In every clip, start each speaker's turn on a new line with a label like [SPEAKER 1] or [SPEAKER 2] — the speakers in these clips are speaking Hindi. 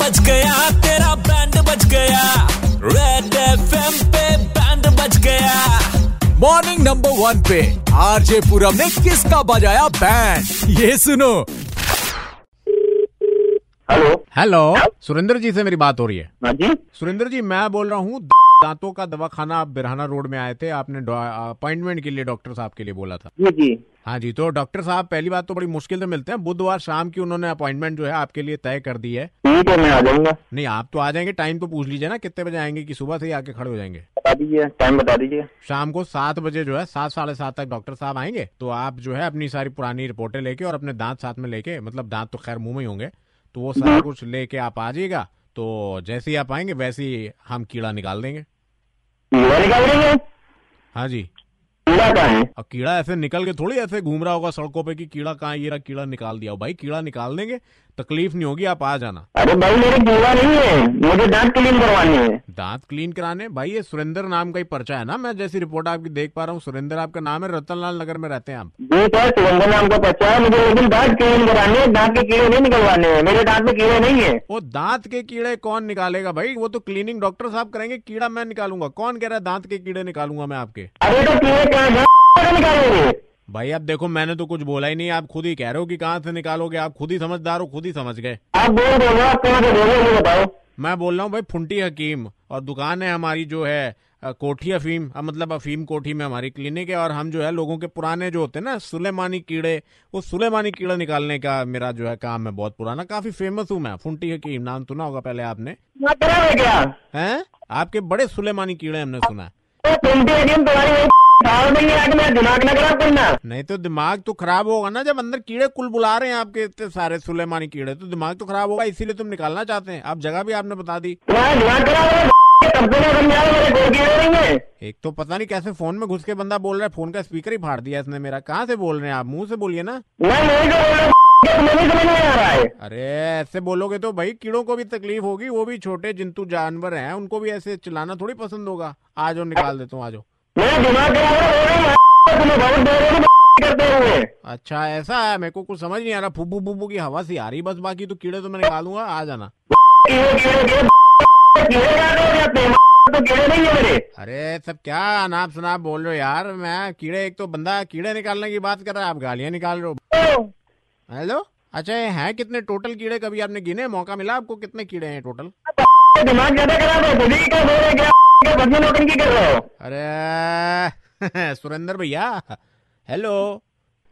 [SPEAKER 1] बज गया तेरा बैंड बज गया रेड एफएम पे बैंड बज गया
[SPEAKER 2] मॉर्निंग नंबर वन पे आरजे पूरम ने किसका बजाया बैंड ये सुनो
[SPEAKER 3] हेलो
[SPEAKER 4] हेलो सुरेंद्र जी से मेरी बात हो रही है
[SPEAKER 3] हाँ जी
[SPEAKER 4] सुरेंद्र जी मैं बोल रहा हूँ दांतों का दवाखाना आप बिरहाना रोड में आए थे आपने अपॉइंटमेंट के लिए डॉक्टर साहब के लिए बोला था
[SPEAKER 3] जी जी
[SPEAKER 4] हाँ जी तो डॉक्टर साहब पहली बात तो बड़ी मुश्किल से मिलते हैं बुधवार शाम की उन्होंने अपॉइंटमेंट जो है आपके लिए तय कर दी है
[SPEAKER 3] ठीक है मैं आ जाऊंगा
[SPEAKER 4] नहीं आप तो आ जाएंगे टाइम तो पूछ लीजिए ना कितने बजे आएंगे कि सुबह से ही आके खड़े हो जाएंगे
[SPEAKER 3] बता दीजिए टाइम बता दीजिए
[SPEAKER 4] शाम को सात बजे जो है सात साढ़े सात तक डॉक्टर साहब आएंगे तो आप जो है अपनी सारी पुरानी रिपोर्टें लेके और अपने दांत साथ में लेके मतलब दांत तो खैर मुंह में ही होंगे तो वो सारा कुछ लेके आप आ जाइएगा तो जैसे ही आप आएंगे वैसे ही हम कीड़ा निकाल देंगे
[SPEAKER 3] कीड़ा निकाल देंगे
[SPEAKER 4] हाँ जी
[SPEAKER 3] कीड़ा कहाँ है
[SPEAKER 4] अब कीड़ा ऐसे निकल के थोड़ी ऐसे घूम रहा होगा सड़कों पे कि कीड़ा कहाँ है, ये रहा कीड़ा निकाल दिया हो। भाई कीड़ा निकाल देंगे तकलीफ नहीं होगी आप आ जाना
[SPEAKER 3] अरे भाई मेरे कीड़ा नहीं है मुझे दांत क्लीन करवानी है
[SPEAKER 4] दांत क्लीन कराने भाई ये सुरेंद्र नाम का ही पर्चा है ना मैं जैसी रिपोर्ट आपकी देख पा रहा हूँ सुरेंद्र आपका नाम है रतनलाल नगर में रहते हैं आप
[SPEAKER 3] जी सर सुगंधा नाम का बच्चा है मुझे लेकिन दांत क्लीन करानी है दांत के कीड़े नहीं निकलवाने हैं मेरे दांत में कीड़े नहीं है
[SPEAKER 4] वो दांत के कीड़े कौन निकालेगा भाई वो तो क्लीनिंग डॉक्टर साहब करेंगे कीड़ा मैं निकालूंगा कौन कह रहा है दांत के कीड़े निकालूंगा मैं आपके
[SPEAKER 3] अरे तो कीड़े कहाँ कहाँ निकालेंगे
[SPEAKER 4] भाई आप देखो मैंने तो कुछ बोला ही नहीं आप खुद ही कह रहे हो कि कहाँ से निकालोगे आप खुद ही समझदार हो खुद ही समझ गए
[SPEAKER 3] आप बोल रहे हो आप कहाँ से बोल रहे हो ये बताओ
[SPEAKER 4] मैं बोल रहा हूँ भाई फुंटी हकीम और दुकान है हमारी जो है अ, कोठी अफीम अ, मतलब अफीम कोठी में हमारी क्लिनिक है और हम जो है लोगों के पुराने जो होते हैं ना सुलेमानी कीड़े वो सुलेमानी कीड़ा निकालने का मेरा जो है काम है बहुत पुराना काफी फेमस हूँ मैं फुंटी हकीम नाम सुना होगा पहले आपने
[SPEAKER 3] मैं करा है क्या
[SPEAKER 4] हैं आपके बड़े सुलेमानी कीड़े हमने सुना है
[SPEAKER 3] तो सुनते हैं दिन तुम्हारी वही खाओ नहीं है आज मैं दिमाग ना खराब करना
[SPEAKER 4] नहीं तो दिमाग तो खराब होगा ना जब अंदर कीड़े कुल बुला रहे हैं आपके इतने सारे सुलेमानी कीड़े तो दिमाग तो खराब होगा इसीलिए तुम निकालना चाहते हैं आप जगह भी आपने बता दी
[SPEAKER 3] तुम्हारा दिमाग खराब है कब से तो ना समझा रहे हो, मेरे गोल कीड़े नहीं है
[SPEAKER 4] एक तो पता नहीं कैसे फोन में घुस के बंदा बोल रहा है फोन का स्पीकर ही फाड़ दिया इसने मेरा कहाँ से बोल रहे हैं आप मुंह से बोलिए ना
[SPEAKER 3] मैं नहीं कर रहा हूँ, ये तुम्हें नहीं समझ में आ रहा है
[SPEAKER 4] अरे ऐसे बोलोगे तो भाई कीड़ों को भी तकलीफ होगी वो भी छोटे जंतु जानवर हैं उनको भी ऐसे चिल्लाना थोड़ी पसंद होगा आ जाओ निकाल देता हूँ आ जाओ
[SPEAKER 3] मेरा दिमाग खराब हो रहा है तुम्हें बहुत देर हो करते हुए
[SPEAKER 4] अच्छा ऐसा है मेरे को कुछ समझ नहीं आ रहा फुब्बू फुब्बू की हवा सी आ रही बस बाकी तो कीड़े तो मैं निकालूंगा आ जाना
[SPEAKER 3] कीड़े कीड़े कीड़े कीड़े कहाँ से हो जाते हैं तो कीड़े नहीं है मेरे
[SPEAKER 4] अरे सब क्या अनाप शनाप बोल रहे हो यार मैं कीड़े एक तो बंदा कीड़े निकालने की बात कर रहा है आप गालियां निकाल रहे हो
[SPEAKER 3] तो
[SPEAKER 4] हेलो अच्छा ये हैं कितने टोटल कीड़े कभी आपने गिने मौका मिला आपको कितने कीड़े हैं टोटल
[SPEAKER 3] ये दिमाग ज्यादा खराब है तुझे क्या बोल रहे क्या क्या बदली नौकरी कर रहे हो
[SPEAKER 4] अरे सुरेंद्र भैया हेलो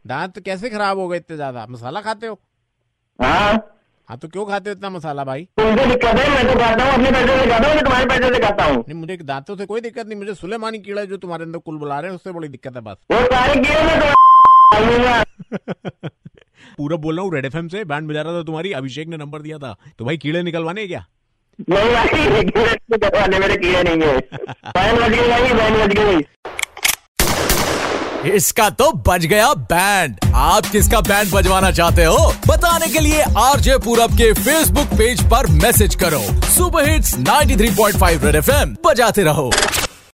[SPEAKER 4] दांत कैसे खराब हो गए इतने ज्यादा मसाला खाते हो
[SPEAKER 3] हाँ
[SPEAKER 4] हाँ तो क्यों खाते हो इतना मसाला भाई
[SPEAKER 3] तुमसे दिक्कत है मैं तो खाता हूँ अपने पैसे से खाता हूँ मैं तुम्हारे पैसे से खाता हूँ
[SPEAKER 4] नहीं मुझे दांतों से कोई दिक्कत नहीं मुझे सुलेमानी कीड़ा जो तुम्हारे अंदर कुल बुला रहे हैं उससे बड़ी दिक्कत है बस
[SPEAKER 3] वो सारे कीड़े मैं तुम्हारे खाऊंगा।
[SPEAKER 4] पूरा बोल रहा हूँ रेड एफ से बैंड बजा रहा था तुम्हारी अभिषेक ने नंबर दिया था तो भाई कीड़े निकलवाने हैं क्या
[SPEAKER 3] नहीं भाई कीड़े नहीं करवाने मेरे कीड़े नहीं है बैन बज गई भाई बैन बज गई
[SPEAKER 2] इसका तो बज गया बैंड आप किसका बैंड बजवाना चाहते हो बताने के लिए आरजे पूरब के फेसबुक पेज पर मैसेज करो सुपर हिट्स 93.5 रेड एफएम बजाते रहो